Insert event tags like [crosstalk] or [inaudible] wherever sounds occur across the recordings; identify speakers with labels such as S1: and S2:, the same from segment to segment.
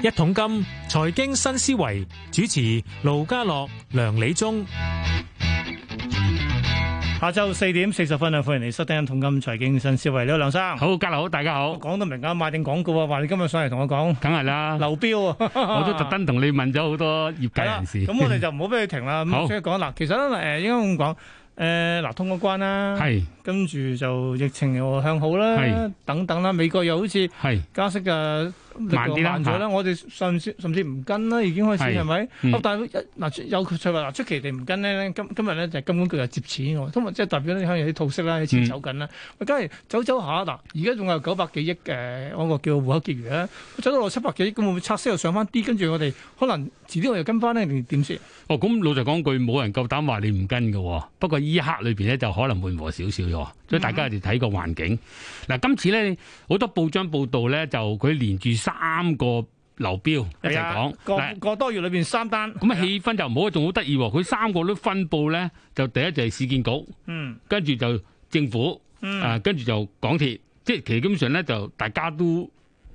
S1: 一桶金財經新思維主持盧家樂、梁理中。
S2: 下晝四點四十分啊，歡迎嚟收聽《同金財經新思維》。你好，梁生。
S3: 好，家樂好，大家好，
S2: 講得明啊，賣定廣告啊，話你今日上嚟同我講
S3: 梗係啦，
S2: 流標啊，
S3: 我都特登同你問咗好多業界
S2: 係啦。
S3: 人士，
S2: 咁我哋就唔好俾佢停
S3: [laughs]
S2: 啦。咁
S3: 好
S2: 即係講嗱，其實咧誒應該咁講，誒、嗱通咗關啦，
S3: 係
S2: 跟住就疫情又向好啦
S3: 係，
S2: 等等啦，美國又好似
S3: 係
S2: 加息嘅力度
S3: 慢啲啦
S2: 慢咗啦，
S3: 嚇
S2: 我哋甚至甚至唔跟啦，已經開始
S3: 係
S2: 係咪？
S3: 嗯
S2: 啊但係一嗱有佢就話嗱出奇地唔跟咧，今今日咧就係金管局又接錢喎，今日即係代表咧香港有啲套息啦，有錢
S3: 嗯
S2: 走緊啦。喂，梗係走走下嗱，而家仲有九百幾億誒，呃嗰個叫戶口結餘咧，走到落七百幾億，咁會唔會拆息又上翻啲？跟住我哋可能遲啲我又跟翻咧，定點先？
S3: 哦，咁老實講句，冇人夠膽話你唔跟嘅喎。不過依一刻裏邊咧，就可能緩和少少咗，所以大家哋睇個環境。嗱、今次咧好多報章報道咧，就佢連住三個流標一齊講。
S2: 啊個
S3: 嗱
S2: 個多月裏邊三單，
S3: 咁啊
S2: 係啊
S3: 氣氛就唔好，仲好得意喎。佢三個都分佈咧，就第一就係市建局，
S2: 嗯
S3: 跟住就政府，
S2: 嗯
S3: 啊，跟住就港鐵，即係其實基本上咧就大家都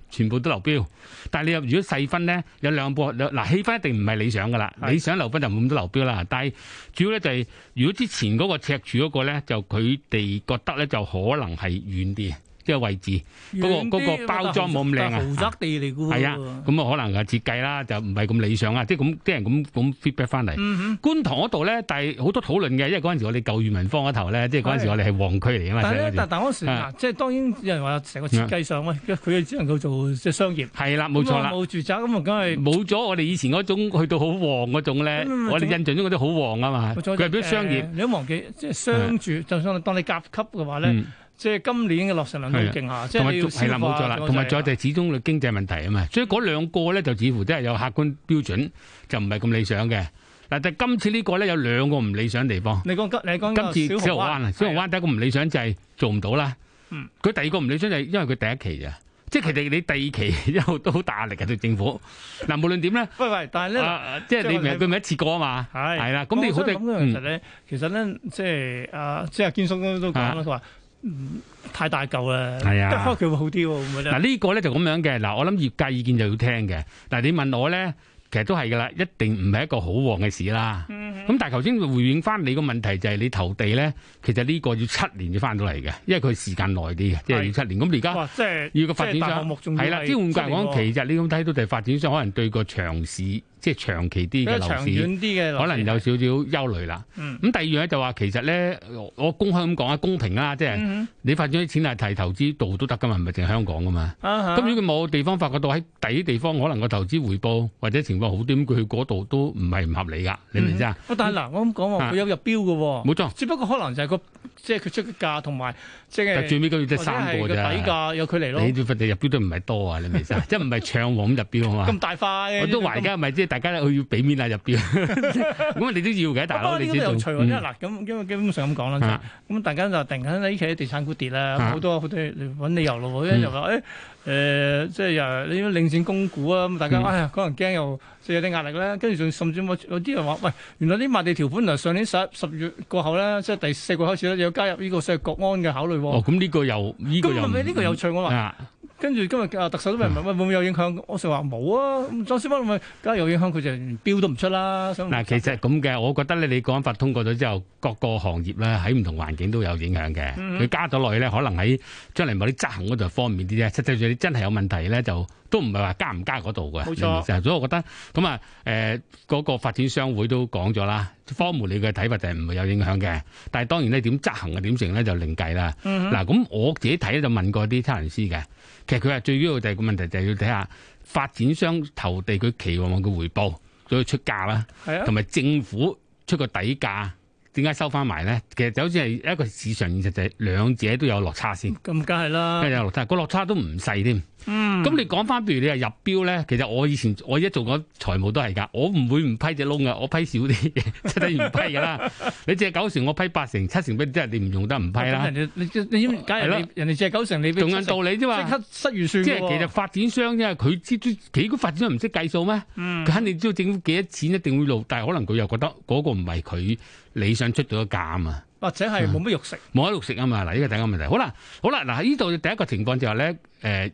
S3: 全部都流標，但係你又如果細分咧，有兩波兩嗱氣氛一定唔係理想噶啦，
S2: 係
S3: 理想流分就冇咁多流標啦。但係主要咧就係、如果之前嗰個赤柱嗰個咧，就佢哋覺得咧就可能係遠啲，即係位置。嗰個
S2: 遠啲
S3: 嗰個包裝冇咁靚啊
S2: 但豪宅地嚟嘅喎，
S3: 係啊，咁啊可能嘅設計啦，就唔係咁理想啊，即係咁啲人咁咁 feedback 翻嚟。
S2: 嗯哼。
S3: 觀塘嗰度咧，但係好多討論嘅，因為嗰陣時我哋舊裕民坊嗰頭咧，即係嗰陣時我哋係旺區嚟啊嘛。
S2: 但係
S3: 細
S2: 咧
S3: 嗰，時
S2: 但但嗰時嗱，
S3: 啊
S2: 即係當然有人話成個設計上喂，佢佢只能夠做即係商業，
S3: 係啦，冇錯
S2: 咁啊。
S3: 啦
S2: 冇住宅咁啊，梗係
S3: 冇咗我哋以前嗰種去到好旺嗰種咧，
S2: 嗯
S3: 我哋印象中嗰啲好旺啊嘛，
S2: 冇錯
S3: 佢係表商業
S2: 誒。你都忘記即係商住，就算當你甲級嘅話咧，
S3: 嗯
S2: 即係今年嘅落成量都好勁下，即
S3: 同
S2: 係
S3: 埋
S2: 你要
S3: 仲係啦，
S2: 消
S3: 冇
S2: 化
S3: 錯啦，同埋再就係始終嘅經濟問題啊嘛，所以嗰兩個咧就似乎真係有客觀標準，就唔係咁理想嘅。嗱，但係今次呢個咧有兩個唔理想地方。
S2: 你講今你講
S3: 今次
S2: 個
S3: 小
S2: 小
S3: 蠔灣啊，小
S2: 係
S3: 蠔灣第一個唔理想就係做唔到啦。
S2: 嗯
S3: 佢第二個唔理想就係因為佢第一期咋，即係佢哋你第二期 [laughs] 一路都好大壓力嘅對政府。嗱，無論點咧，
S2: 喂喂，但係咧。
S3: 啊即係
S2: 即
S3: 你
S2: 係
S3: 明佢咪一次過啊嘛，
S2: 係
S3: 係啦。咁你好
S2: 我
S3: 多
S2: 真係諗嘅
S3: 嗯
S2: 其實咧，其實咧，即係啊，即係阿堅叔都都講啦，
S3: 啊
S2: 佢話嗯太大嚿啦，
S3: 係啊
S2: 得開佢會好啲喎，會唔會咧
S3: 嗱呢個咧就咁樣嘅，嗱我諗業界意見就要聽嘅。嗱你問我咧，其實都係噶啦，一定唔係一個好旺嘅事啦。
S2: 嗯
S3: 咁、但係頭先回應翻你個問題就係你投地咧，其實呢個要七年要翻到嚟嘅，因為佢時間耐啲嘅，即係要七年。咁而家
S2: 哇，即係
S3: 要個發展
S2: 即係大項
S3: 商
S2: 目仲要
S3: 係啦，即係換句話講，
S2: 期
S3: 其實你咁睇到就係發展商可能對個長市即係長期啲
S2: 比較
S3: 嘅樓
S2: 長
S3: 市。
S2: 遠啲嘅樓市，
S3: 可能有少少憂慮啦。
S2: 嗯
S3: 咁第二樣咧就話其實咧，我我公開咁講啊，公平啦，即係
S2: 嗯
S3: 你發展啲錢係提投資度都得噶嘛，唔係淨係香港噶嘛。
S2: 哼啊哈
S3: 咁如果佢冇地方發覺到喺第啲地方可能個投資回報或者情況好啲，咁佢去嗰度都唔係唔合理噶，你明唔明先啊？
S2: 嗯哦喂但係嗱，我咁講話
S3: 啊
S2: 佢有入標嘅喎，
S3: 冇錯，
S2: 只不過可能就係個即係佢出嘅價同埋即
S3: 但
S2: 係
S3: 最尾嗰要得
S2: 或者
S3: 三
S2: 係
S3: 個
S2: 個底
S3: 啫。
S2: 價有距離咯，
S3: 你對份地入標都唔係多啊，你明唔明
S2: [laughs]
S3: 先啊？即係唔係暢旺咁入標啊嘛
S2: 咁？大塊，
S3: 我都話而家咪即係大家都要俾面啊入標，
S2: [laughs]
S3: 咁你都要嘅，
S2: 不
S3: 大佬
S2: 過
S3: 你
S2: 呢個
S3: 知
S2: 都
S3: 道。
S2: 有趣喎，因為
S3: 嗯
S2: 嗱咁，因為基本上咁講啦
S3: 啊，
S2: 咁大家就突然間呢期啲地產股跌啦，
S3: 啊
S2: 好多好多嚟揾理由咯喎，有人
S3: 嗯
S2: 又話誒誒，即係又你領展供股啊，咁大家
S3: 嗯
S2: 哎呀可能驚又即係有啲壓力啦，跟住仲甚至有有啲人話喂，原來啲賣地條款原來上年十十月過後咧，即係第四季開始咧，有加入呢個所謂國安嘅考慮
S3: 哦，
S2: 喎。
S3: 咁呢個又呢個
S2: 咁
S3: 又
S2: 咪呢個有趣，我話。
S3: 啊。
S2: 跟住今日啊，特首都問問喂會唔會有影響？我成話冇啊，咁莊思芬咪梗係有影響，佢就連標都唔出啦。想唔
S3: 嗱，其實咁嘅，我覺得咧，你國安法通過咗之後，各個行業咧喺唔同環境都有影響嘅。佢、
S2: 嗯
S3: 加咗落去咧，可能喺將嚟某啲執行嗰度方便啲啫。實際上你真係有問題咧，就都唔係話加唔加嗰度嘅。
S2: 冇錯
S3: 你明唔明先所以我覺得咁啊，誒、嗰、個發展商會都講咗啦，科門你嘅睇法就係唔會有影響嘅。但係當然咧，點執行嘅點成咧就另計啦。
S2: 嗯哼
S3: 嗱，咁我自己睇咧就問過啲測量師嘅，其實佢話最主要就係個問題就係要睇下發展商投地佢期望嘅回報，所以出價啦。
S2: 係啊，
S3: 同埋政府出個底價，點解收翻埋咧？其實就好似係一個市場現實，就係兩者都有落差先，
S2: 咁梗係啦
S3: 都。有落差，個落差都唔細添。
S2: 嗯，
S3: 咁你講翻，譬如你係入標咧，其實我以前我而家做緊財務都係㗎，我唔會唔批隻窿㗎，我批少啲嘢， [laughs] 即係等於唔批㗎啦。你借九成，我批八成、七成俾你，即係你唔用得唔批啦。
S2: 人哋你你你假
S3: 係
S2: 如你
S3: 啦
S2: 人哋借九成，你俾
S3: 同
S2: 七成
S3: 樣道理啫
S2: 即
S3: 嘛。
S2: 刻失預算
S3: 即
S2: 嘅
S3: 係
S2: 喎。
S3: 其實發展商啫，佢知都幾個發展商唔識計數咩？
S2: 嗯
S3: 佢肯定知道政府幾多錢一定會露，但係可能佢又覺得嗰個唔係佢理想出咗價啊嘛，
S2: 或者係冇乜肉食，
S3: 冇得肉食啊嘛。嗱，呢個第一個問題。好啦，好啦，嗱喺呢度第一個情況就係、咧，誒、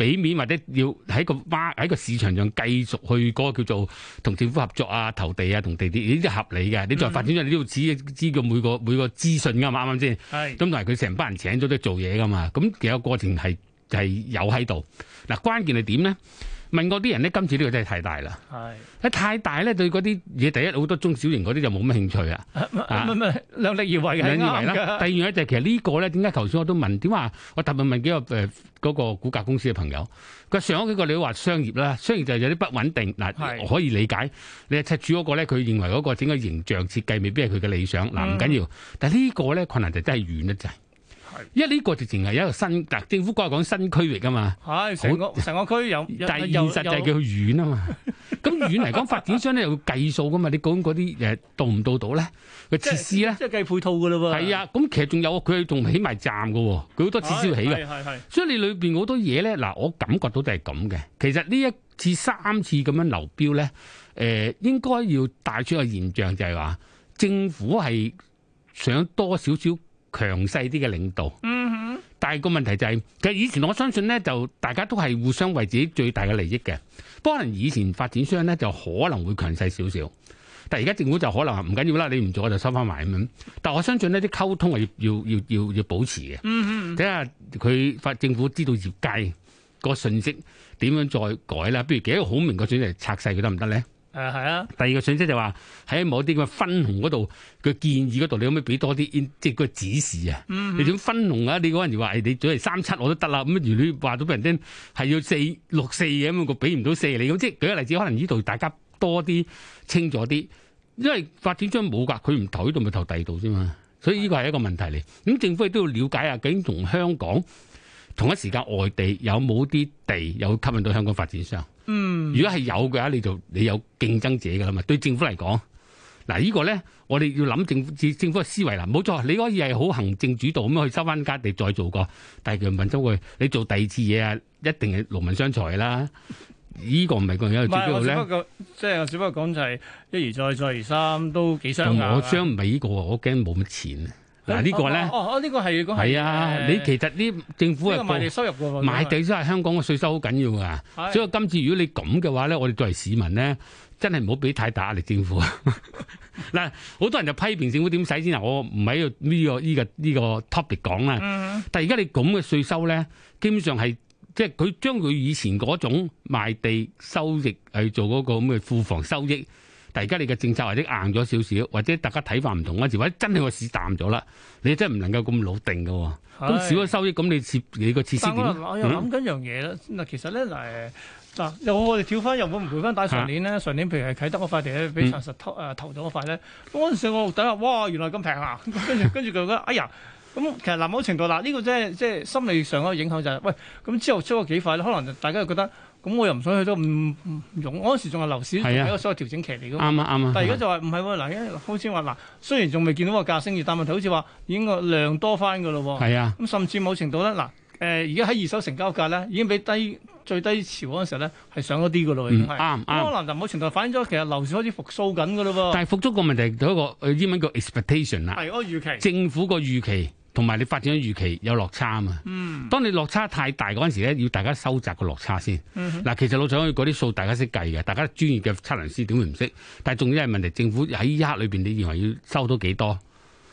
S3: 俾面或者要喺個孖喺個市場上繼續去嗰個叫做同政府合作啊、投地啊、同地鐵呢啲合理嘅。你
S2: 嗯
S3: 再發展咗，你都要知知個每個每個資訊噶嘛，啱唔啱先？
S2: 係
S3: 咁同埋佢成班人請咗都做嘢噶嘛，咁其實個過程係係有喺度。嗱，關鍵係點咧？問過啲人咧，今次呢個真係太大啦！
S2: 係。
S3: 一太大咧，對嗰啲嘢第一好多中小型嗰啲就冇乜興趣啊。
S2: 唔
S3: 啊
S2: 唔唔，量力而為係
S3: 兩樣
S2: 啱
S3: 嚟啦。
S2: 㗎。
S3: 第二樣就係其實呢個咧，點解頭先我都問點話？我特別問幾個誒呃嗰、個股價公司嘅朋友，佢上嗰幾個你都話商業啦，商業就有啲不穩定
S2: 係
S3: 嗱，可以理解。你係赤柱嗰個咧，佢認為嗰個整個形象設計未必係佢嘅理想嗱，
S2: 嗯
S3: 唔緊要。但係呢個咧困難就真係遠得滯
S2: 係，
S3: 因為呢個直情係一個新嗱，政府講係講新區域啊嘛。
S2: 係成個成個區有，
S3: 第
S2: 有
S3: 二
S2: 有
S3: 實就係
S2: 有
S3: 叫佢遠啊嘛，咁遠嚟講，發展商咧又要計數噶嘛，你講嗰啲誒到唔到到咧？個設施咧？
S2: [laughs] 即係計配套㗎嘞喎。
S3: 係啊，咁其實仲有佢仲起埋站嘅喎，佢好
S2: 係，
S3: 多次先起嘅，
S2: 係啊係係
S3: 所以你裏邊好多嘢咧，嗱，我感覺到都係咁嘅。其實呢一次三次咁樣流標咧，誒、應該要帶出個現象就係話，政府係想多少少強勢啲嘅領導。
S2: 嗯哼
S3: 但係個問題就係、其實以前我相信咧，就大家都係互相為自己最大嘅利益嘅。不過可能以前發展商咧就可能會強勢少少，但係而家政府就可能話唔緊要啦，你唔做我就收翻埋咁樣。但我相信呢啲溝通係要要要要要保持嘅。
S2: 嗯
S3: 睇下佢發政府知道業界個信息點樣再改啦。譬如幾個好明個選擇拆細佢得唔得咧？
S2: 哼，誒係啊，
S3: 第二個信息就話喺某啲咁嘅分紅嗰度嘅建議嗰度，你可唔可以俾多啲 in- 即係個指示啊？你點分紅啊？你嗰陣時話誒你總係三七我都得啦，咁如你話到俾人聽係要四六四嘅咁，我俾唔到四你咁，即係舉個例子，可能呢度大家多啲清楚啲，因為發展商冇㗎，佢唔投呢度咪投第二度啫嘛，所以呢個係一個問題嚟。咁政府亦都要了解下啊究竟同香港同一時間外地有冇啲地有吸引到香港發展商。
S2: 嗯
S3: 如果係有嘅話，你就你有競爭者㗎啦嘛。對政府嚟講，嗱、呢個咧，我哋要諗政府政府嘅思維啦。冇錯，你可以係好行政主導咁樣去收翻間地再做過，但係佢問周佢，你做第二次嘢啊，一定係勞民傷財啦。呢、個唔係個人
S2: 唔
S3: 有
S2: 係，我
S3: 最主要
S2: 只
S3: 咧
S2: 不。過即係我只不過講就係一而再，再而三都幾傷
S3: 但
S2: 眼啊。
S3: 我將唔係呢個，我驚冇乜錢啊。嗱、呢個咧
S2: 哦，哦哦呢個係講
S3: 係啊，你其實呢政府
S2: 呢個賣地
S3: 係
S2: 收入㗎喎，
S3: 買地真係香港嘅税收好緊要啊。
S2: 係
S3: 所以今次如果你咁嘅話咧，我哋作為市民咧，真係唔好俾太大壓力政府。啊 [laughs] 嗱，好多人就批評政府點使先啊！我唔喺度呢個呢、個呢、個 topic 講啦。
S2: 嗯
S3: 但係而家你咁嘅税收咧，基本上係即係佢將佢以前嗰種賣地收益去做嗰個咁嘅庫房收益，但係而家你嘅政策或者硬咗少少，或者大家睇法唔同嗰陣時，或者真係個市淡咗啦，你真係唔能夠咁老定嘅喎。
S2: 係
S3: 咁少咗收益，咁你設你個設施
S2: 但我
S3: 點啊嗯
S2: 又我又諗緊樣嘢啦。嗱，其實咧嗱嗱，又我哋跳翻又會唔會翻打上年咧？上年譬如係啟德嗰塊地咧，俾
S3: 啊嗯
S2: 長實投誒投到嗰塊咧，嗰陣時我等下，哇，原來咁平啊！ [laughs] 跟住跟住佢覺得，哎呀，咁其實嗱某程度嗱，呢個即係即係心理上嗰個影響就係，喂，咁之後出咗幾塊咧，可能就大家又覺得，咁我又唔想去到唔唔用，嗰陣時仲係樓市
S3: 係啊
S2: 係一個所謂調整期嚟噶嘛。
S3: 啱啊啱啊！
S2: 但係而家就話唔係喎，嗱，而家好似話嗱，雖然仲未見到個價升住，但問題好似話已經個量多翻㗎咯喎。
S3: 係啊。
S2: 咁甚至某程度咧，嗱，誒而家喺二手成交價咧，已經比低最低潮嗰陣時候咧係上咗啲噶咯，已經
S3: 嗯
S2: 係。咁
S3: 啱
S2: 可
S3: 啱。
S2: 能就某程度反映咗其實樓市開始復甦緊噶咯喎。
S3: 但係復足個問題就有一個呃英文叫 expectation 啦，
S2: 哦係嗰個預期。
S3: 政府個預期同埋你發展嘅預期有落差啊嘛。
S2: 嗯
S3: 當你落差太大嗰陣時咧，要大家收窄個落差先。
S2: 嗯哼
S3: 嗱，其實老實講，嗰啲數大家識計嘅，大家專業嘅測量師點會唔識？但係重要係問題，政府喺呢一刻裏邊，你認為要收到幾多？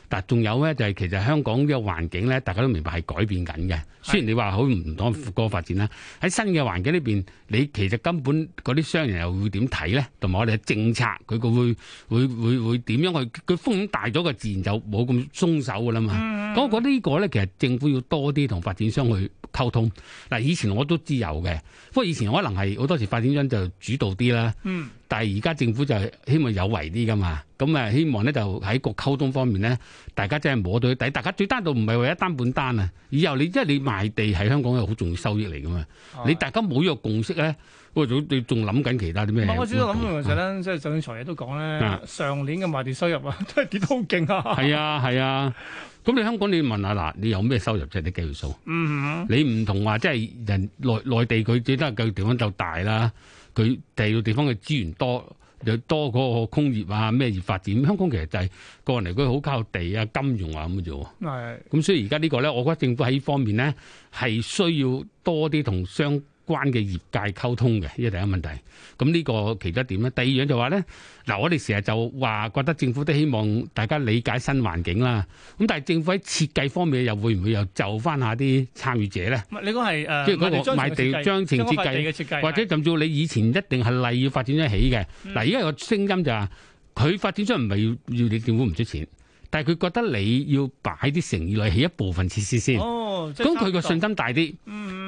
S3: 但仲有咧，就係其實香港呢個環境咧，大家都明白係改變緊嘅。雖然你話好唔當個發展啦，喺新嘅環境呢邊，你其實根本嗰啲商人又會點睇咧？同埋我哋嘅政策，佢個會會會會點樣去？佢風險大咗，個自然就冇咁鬆手噶啦
S2: 嗯
S3: 嘛。咁我覺得呢個咧，其實政府要多啲同發展商去溝通。嗱，以前我都知有嘅，不過以前可能係好多時發展商就主導啲啦。
S2: 嗯，
S3: 但係而家政府就係希望有為啲噶嘛，咁啊希望咧就喺個溝通方面咧，大家真係摸到底，大家最單獨唔係為一單半單啊！以後你即係你賣地喺香港係好重要收益嚟噶嘛，
S2: 哦
S3: 你大家冇呢個共識咧，喂，你你仲諗緊其他啲
S2: 唔
S3: 咩？
S2: 係我主要諗嘅其實咧，即係就算財爺都講咧
S3: 嗯啊，
S2: 上年嘅賣地收入啊， [laughs] 都係跌得好勁啊。
S3: [laughs] 係啊係啊，咁你香港你問下嗱，你有咩收入啫？你計條數。
S2: 嗯
S3: 你唔同話即係人內內地佢只得夠地方就大啦，佢第二個地方嘅資源多，又多嗰個工業啊咩業發展。香港其實就係個人嚟講好靠地啊、金融啊咁嘅啫喎。
S2: 哼，嗯係。
S3: 咁所以而家呢個咧，我覺得政府喺呢方面咧係需要多啲同商關嘅業界溝通嘅，呢個第一個問題。咁呢個其中一點咧，第二樣就話咧，嗱，我哋成日就話覺得政府都希望大家理解新環境啦。咁但係政府喺設計方面又會唔會又就翻下啲參與者咧？
S2: 唔係你講係誒，
S3: 即係嗰個
S2: 地章
S3: 賣地
S2: 程嘅設計
S3: 章程
S2: 將嗰
S3: 設計
S2: 塊地嘅設計，
S3: 或者甚至乎你以前一定係例要發展商起嘅。
S2: 嗯
S3: 嗱，而家有個聲音就話、佢發展商唔係要要你政府唔出錢，但係佢覺得你要擺啲誠意嚟起一部分設施先。
S2: 哦，即係
S3: 咁佢個
S2: 差唔
S3: 信
S2: 多嗯
S3: 心大啲，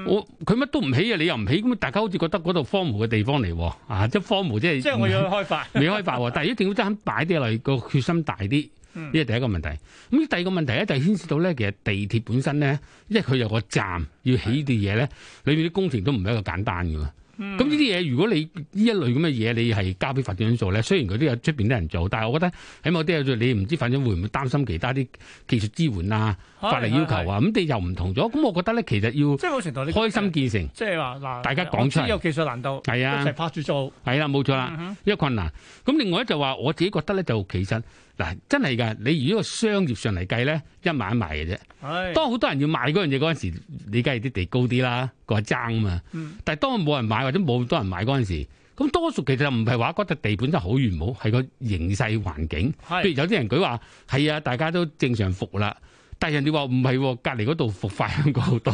S3: 我佢乜都唔起啊，你又唔起，咁大家好似覺得嗰度荒蕪嘅地方嚟喎，啊，即係荒蕪即係嗯
S2: 即係我要去 [laughs] 開發，
S3: 未開發喎，但係如果政府真係肯擺啲落去，個決心大啲，呢
S2: 嗯
S3: 係第一個問題。咁第二個問題咧，就係牽涉到咧，其實地鐵本身咧，因為佢有個站要起啲嘢咧，裏面啲工程都唔係一個簡單嘅喎。
S2: 嗯
S3: 咁呢啲嘢，如果你呢一類咁嘅嘢，你係交俾發展商做咧，雖然佢都有出邊啲人做，但係我覺得喺某啲嘢做，你唔知發展會唔會擔心其他啲技術支援啊、
S2: 哦
S3: 法例要求
S2: 係，係係
S3: 啊，咁你又唔同咗。咁我覺得咧，其實
S2: 即係某程度
S3: 要
S2: 你
S3: 開心，見誠，
S2: 即係話嗱，
S3: 大家講
S2: 我
S3: 出嚟
S2: 知有技術難度，
S3: 係啊
S2: 一齊拍住做，
S3: 係啦，冇錯啦。
S2: 嗯
S3: 呢個困難。咁另外咧就話，我自己覺得咧就其實嗱，真係㗎。你如果個商業上嚟計咧，一買一賣嘅啫。
S2: 哼係
S3: 當好多人要買嗰樣嘢嗰陣時，你梗係啲地高啲啦，個爭啊嘛。
S2: 嗯
S3: 但係當冇人買或者冇咁多人買嗰陣時，咁多數其實唔係話嗰笪地本身好與唔好，係個形勢環境。譬
S2: 係
S3: 如有啲人佢話係啊，大家都正常服啦。但係人哋話唔係喎，隔離嗰度服快香港好多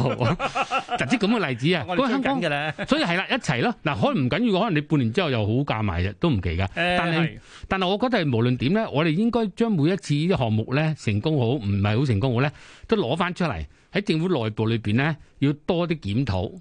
S2: [laughs]
S3: 喎，就啲咁嘅例子啊。
S2: 我
S3: 咁
S2: 哋追
S3: 香港
S2: 緊嘅咧，
S3: 所以係啦，一齊咯。嗱，可能唔緊要，可能你半年之後又好價埋嘅，都唔奇噶。但係
S2: 誒
S3: 但係我覺得係無論點咧，我哋應該將每一次呢啲項目咧成功好，唔係好成功好咧，都攞翻出嚟喺政府內部裏邊咧，要多啲檢討。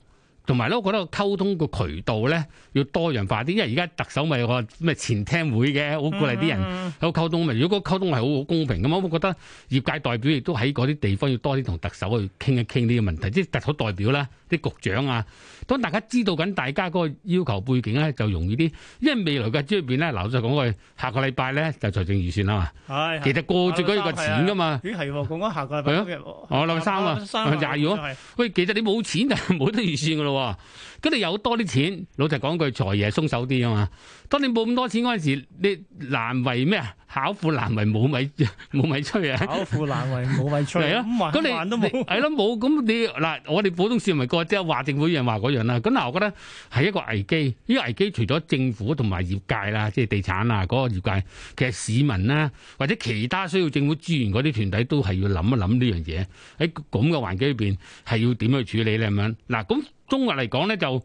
S3: 同埋咧，我覺得溝通個渠道咧要多元化啲，因為而家特首咪有個咩前廳會嘅，好鼓勵啲人
S2: 人
S3: 有溝通咪。如果個溝通係好好公平咁，我覺得業界代表亦都喺嗰啲地方要多啲同特首去傾一傾呢個問題，即係特首代表啦，啲局長啊，當大家知道緊大家嗰個要求背景咧，就容易啲。因為未來嘅專業變咧，嗱，就講句，下個禮拜咧就財政預算啊啦嘛，
S2: 係啊
S3: 其實過住嗰個錢噶嘛。
S2: 咦係喎，講緊下個禮拜
S3: 係啊
S2: 日喎，
S3: 我禮拜三啊
S2: 三啊
S3: 廿二喂，其實你冇錢就冇得預算噶咯喎，跟住有多啲錢，老實講句，財爺鬆手啲啊嘛。當你冇咁多錢嗰陣時，你難為咩啊？巧婦難為冇米 [laughs] 冇米炊啊！
S2: 巧婦難為無米炊，
S3: 係啊
S2: 咁
S3: 咁
S2: 還
S3: 你
S2: 還都
S3: 你
S2: 冇，
S3: 係咯冇咁你嗱，我哋普通市民個即係話政府一樣話嗰樣啦。咁嗱，我覺得係一個危機。呢個危機除咗政府同埋業界啦，即係地產啊嗰個業界，其實市民啦或者其他需要政府資源嗰啲團體都係要諗一諗呢樣嘢。喺咁嘅環境裏邊係要點去處理咧咁樣嗱。咁中國嚟講咧，就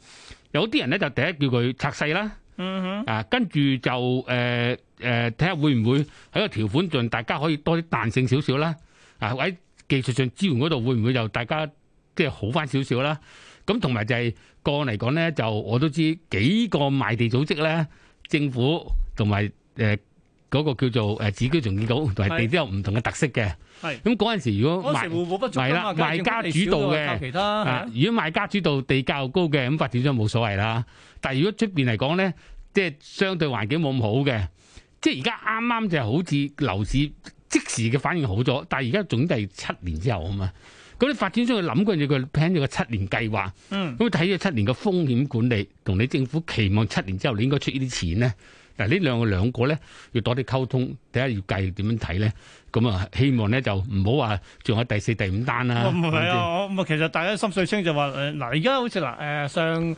S3: 有啲人咧就第一叫佢拆細啦。
S2: 嗯
S3: 啊，跟住就誒誒睇下會唔會喺個條款上大家可以多啲彈性少少啦，啊喺技術上支援嗰度會唔會又大家即係好翻少少啦？咁同埋就係個案嚟講咧，就我都知幾個賣地組織咧，政府同埋誒嗰個叫做誒市區重建局同埋地
S2: 係
S3: 都有唔同嘅特色嘅。
S2: 係
S3: 咁嗰陣時
S2: 哼，
S3: 如果
S2: 嗰時
S3: 賣
S2: 互補不足
S3: 係
S2: 㗎
S3: 啦
S2: 嘛，梗係
S3: 賣家
S2: 政府地
S3: 主導
S2: 少咗
S3: 嘅
S2: 靠其他係啊
S3: 啊，如果賣家主導地價又高嘅，咁發展商冇所謂啦。但係如果出邊嚟講咧，即係相對環境冇咁好嘅，即係而家啱啱就係好似樓市即時嘅反應好咗，但係而家總計係七年之後啊嘛。咁你發展商去諗嗰樣嘢，佢 plan 咗個七年計劃，
S2: 嗯
S3: 咁睇咗七年嘅風險管理，同你政府期望七年之後你應該出呢啲錢咧。嗱，呢兩個兩個咧要多啲溝通，睇下要計點樣睇咧。咁啊，希望咧就唔好話仲有第四、第五單啦。
S2: 我唔係啊，我唔其實大家心水清就話誒嗱，而家好似嗱誒上。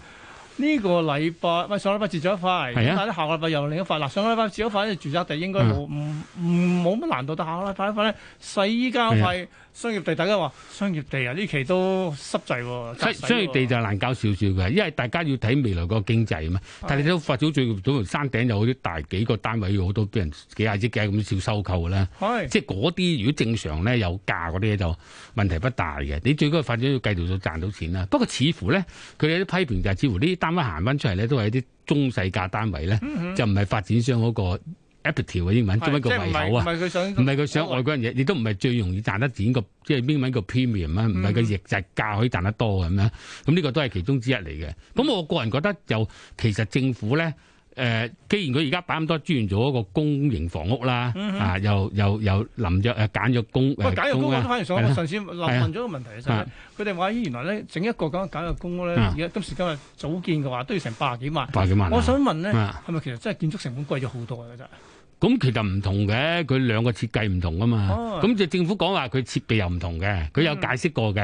S2: 呢個禮拜，喂上禮拜截咗一塊，
S3: 係啊
S2: 咁但係咧下個禮拜又另一塊。嗱，上個禮拜截咗一塊咧住宅地應該冇
S3: 嗯
S2: 唔唔冇乜難度，但下個禮拜一塊咧洗衣膠
S3: 啊
S2: 塊商業地，大家話商業地啊呢期都濕滯喎，
S3: 所以所以地就難搞少少嘅，因為大家要睇未來個經濟啊嘛。但係你都發展最早同山頂有啲大幾個單位，好多俾人幾廿億嘅咁少收購啦。
S2: 係
S3: 即係嗰啲如果正常咧有價嗰啲嘢就問題不大嘅。你最高嘅發展要繼續到賺到錢啦。不過似乎咧佢哋有啲批評就係似乎呢啲單位行翻出嚟咧都係一啲中細價單位咧，就唔係發展商嗰個 appetite 啊英文，中
S2: 嗯係
S3: 文個
S2: 即係
S3: 胃
S2: 唔係
S3: 口
S2: 唔
S3: 啊。
S2: 係佢想
S3: 唔係佢想外國人
S2: 哦
S3: 嘢，亦都唔係最容易賺得錢個，即係英文個 premium 啊，唔係佢
S2: 嗯
S3: 逆價價可以賺得多咁樣。咁呢個都係其中之一嚟嘅。咁我個人覺得就其實政府咧。誒、既然佢而家擺咁多資源做一個公營房屋啦，啊，又又又臨咗誒揀咗公
S2: 嗯喂，
S3: 誒
S2: 簡約公屋
S3: 公
S2: 都
S3: 啦，
S2: 反而想
S3: 啊係
S2: 我
S3: 啦
S2: 上次立
S3: 係啊
S2: 問咗個問題就係
S3: 啊，
S2: 佢哋話咦原來咧整一個咁嘅簡約公屋咧，
S3: 啊
S2: 而家今時今日組建嘅話都要成百幾萬。
S3: 百幾萬啊。
S2: 我想問咧，
S3: 啊
S2: 係咪其實真係建築成本貴咗好多嘅啫？
S3: 咁其實唔同嘅，佢兩個設計唔同啊嘛
S2: 哦。嗯
S3: 咁就政府講話佢設備又唔同嘅，佢有解釋過嘅，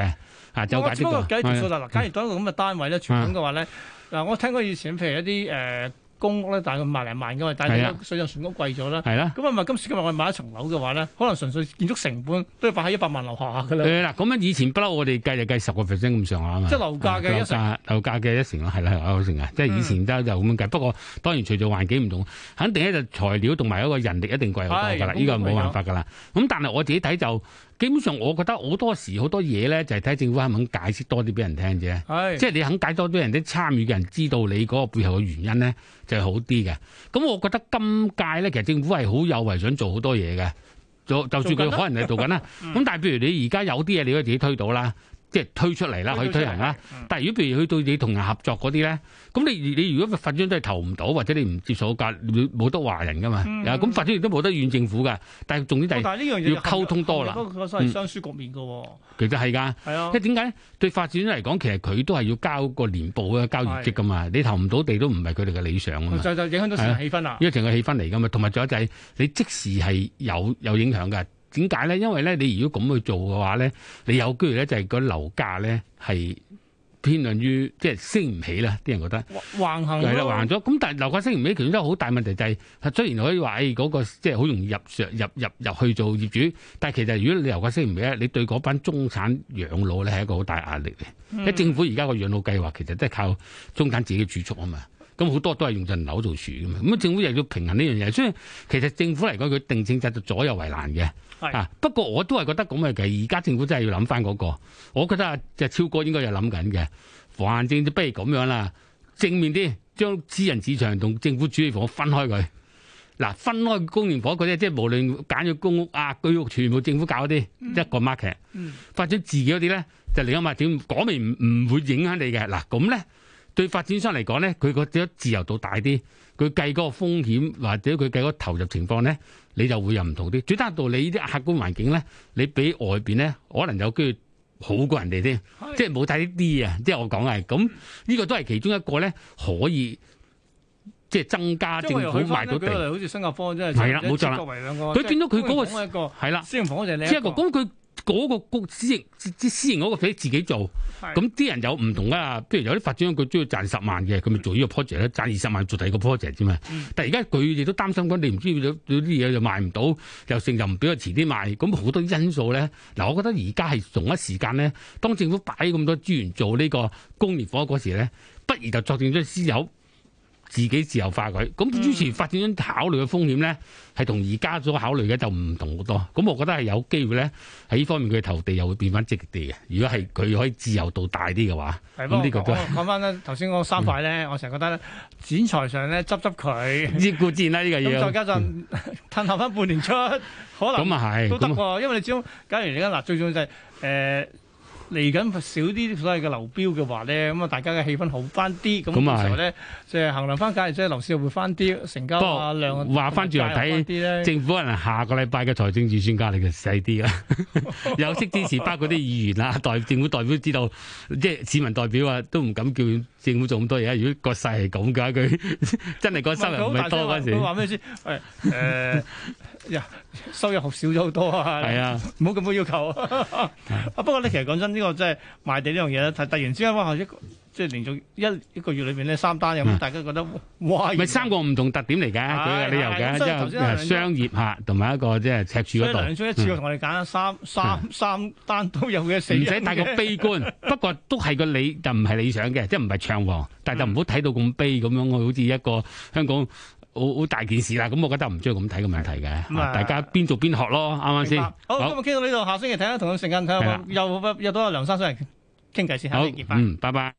S3: 啊有
S2: 我
S3: 解
S2: 只
S3: 釋
S2: 不過
S3: 過。
S2: 計條數
S3: 係啊啊
S2: 啦。嗱，假如當一個咁嘅單位咧，傳統嘅話咧，嗱，我聽過以前譬如一啲誒公屋咧，大概萬零萬嘅嘛，但
S3: 係啊
S2: 係水上船屋貴咗啦。
S3: 係啦。
S2: 咁啊，咪今時今日我哋買一層樓嘅話咧，可能純粹建築成本都要擺喺一百萬樓下㗎啦。
S3: 誒嗱，咁樣以前不嬲，我哋計就計十個 percent 咁上下啊嘛。
S2: 即係樓價嘅一成
S3: 啊樓價樓價嘅一成咯，係啦，樓價一成啊，即係以前都就咁樣計。不過當然隨住環境唔同，肯定咧就材料同埋一個人力一定貴好多㗎
S2: 係
S3: 啦，呢個冇辦法㗎啦。咁但係我自己睇就基本上，我覺得好多時好多嘢咧，就係睇政府肯唔肯解釋多啲俾人聽啫。
S2: 係，
S3: 即係你肯解多啲人啲參與嘅人知道你嗰個背後嘅原因咧，就係好啲嘅。咁我覺得今屆咧，其實政府係好有為想做好多嘢嘅，就就算佢
S2: 做緊啦
S3: 可能係做緊啦。
S2: [laughs] 嗯
S3: 咁但係譬如你而家有啲嘢你可以自己推到啦，即係推出嚟啦，可以推行啦。
S2: 嗯。
S3: 但係如果譬如去到你同人合作嗰啲咧，咁你你如果發展都係投唔到，或者你唔接受價，你冇得話人噶嘛。
S2: 嗯
S3: 啊咁發展亦都冇得怨政府噶。但係重點就
S2: 但
S3: 係
S2: 係呢樣嘢
S3: 要溝通多啦嗯
S2: 嗰個所謂雙輸局面嘅喎，
S3: 其實係㗎。
S2: 係啊
S3: 因為，點解咧對發展嚟講，其實佢都係要交個年報啊，交業績噶嘛。你投唔到地都唔係佢哋嘅理想啊嘛。
S2: 就就影響到市場氣氛啦。
S3: 因為成個氣氛嚟噶嘛，同埋仲有就係你即時係有有影響㗎。點解咧？因為咧，你如果咁去做嘅話咧，你有機會咧就係個樓價咧係偏向於即係升唔起啦。啲人覺得
S2: 橫行
S3: 係啦，
S2: 咯
S3: 還咗。咁但係樓價升唔起，其中一個好大問題就係、雖然可以話誒嗰個即係好容易入上入入入去做業主，但係其實如果你樓價升唔起咧，你對嗰班中產養老咧係一個好大壓力嚟。
S2: 嗯
S3: 因為政府而家個養老計劃其實都係靠中產自己嘅儲蓄啊嘛。咁好多都係用層樓做樹噶嘛，咁啊政府又要平衡呢樣嘢，所以其實政府嚟講佢定政策就左右為難嘅。
S2: 係
S3: 啊，不過我都係覺得咁嘅，其實而家政府真係要諗翻嗰個，我覺得啊，就超哥應該有諗緊嘅。反正不如咁樣啦，正面啲，將私人市場同政府主要房屋分開佢。嗱，分開公營房嗰啲，即係無論揀咗公屋啊、居屋，全部政府搞嗰啲、一個 market。
S2: 嗯
S3: 發展自己嗰啲咧，就另一物點講明唔唔會影響你嘅。嗱，咁咧對發展商嚟講咧，佢個自由度大啲，佢計嗰個風險或者佢計嗰個投入情況咧，你就會又唔同啲。最單道理呢啲客觀環境咧，你比外邊咧可能有機會好過人哋添，
S2: 係
S3: 即係冇睇啲啊！即係我講係咁，呢個都係其中一個咧可以即係增加啊政
S2: 因為由
S3: 府
S2: 佢翻
S3: 賣
S2: 咧，
S3: 到
S2: 舉
S3: 地，
S2: 例好似新加坡真係
S3: 係啦冇錯啦
S2: 作為兩個，
S3: 佢變咗佢嗰個
S2: 個一個
S3: 係啦，
S2: 私營房屋就係另
S3: 即係咁佢嗰個公私營即私營嗰個俾自己做。
S2: 咁
S3: 咁啲人有唔同啊，譬如有啲發展商佢中意賺十萬嘅，佢咪做呢個 project 咧，賺二十萬做第二個 project 啫嘛
S2: 嗯。
S3: 但係而家佢哋都擔心緊，你唔知有有啲嘢就賣唔到，又成又唔俾佢遲啲賣，咁好多因素咧。嗱，我覺得而家係同一時間咧，當政府擺咁多資源做呢個工業房屋嗰時咧，不如就作定咗私有。自己自由化佢，咁於是發展商考慮嘅風險咧，係同而家所考慮嘅就唔同好多。咁我覺得係有機會咧，喺呢方面佢投地又會變翻積極啲嘅。如果係佢可以自由度大啲
S2: [laughs]
S3: 嘅話，
S2: 係
S3: 咁呢
S2: 呢
S3: 個
S2: 個
S3: 都
S2: 都講翻咧，頭先嗰三塊咧，我成日覺得咧，剪裁上咧執執佢，
S3: 依固然啦，呢個
S2: 咁再
S3: 要
S2: 加上褪後翻半年出，可能
S3: 啊嗯咁啊係，
S2: 都得
S3: 咁啊
S2: 喎，因為你始終，假如而家嗱，最重要就係誒嚟緊少啲所謂嘅流標嘅話咧，咁啊大家嘅氣氛好翻啲，咁
S3: 咁啊
S2: 嘅時候咧，就係衡量翻，假如即係樓市會翻啲，成交
S3: 不過
S2: 啊量啊
S3: 話返轉頭睇
S2: 價又翻啲咧，
S3: 政府可能下個禮拜嘅財政預算壓力就細啲啦， [laughs] 有識之士包括啲議員啊、代政府代表知道，即係市民代表啊，都唔敢叫政府做咁多嘢。如果個勢係咁嘅，佢 [laughs] 真係個收入唔係多嗰陣時，
S2: 佢話咩先？誒
S3: [laughs]
S2: 誒呀，收入少咗好多啊！
S3: 係啊。
S2: 唔好咁高要
S3: [laughs]
S2: 求啊！不過咧，其實講真，呢、個真係賣地呢樣嘢咧，突突然之間哇，一個即係連續一一個月裏邊咧三單咁，
S3: 嗯
S2: 大家覺得哇，
S3: 咪三個唔同特點嚟嘅，佢有理由
S2: 係係咁所以頭
S3: 嘅，
S2: 先有人
S3: 一個商業客同埋一個即係赤柱
S2: 所以
S3: 嗰度啊
S2: 梁，中一次過同我哋揀三三三單都有嘅死
S3: 唔
S2: 人
S3: 使太過
S2: 嘅 [laughs]
S3: 悲觀，不過都係個理就唔係理想嘅，即係唔係暢旺，
S2: 嗯
S3: 但係就唔好睇到咁悲咁樣，好似一個香港好好大件事啦。咁我覺得唔需要咁睇個問題
S2: 咁
S3: 嘅，
S2: 啊
S3: 大家邊做邊學咯，啱唔啱
S2: 明
S3: 先？
S2: 白好，啊今日傾到呢度，下星期睇下同佢時間睇
S3: 係
S2: 下
S3: 啦
S2: 有冇，又又到阿梁生上嚟傾偈先，下
S3: 好
S2: 星期見，拜。
S3: 嗯，拜拜。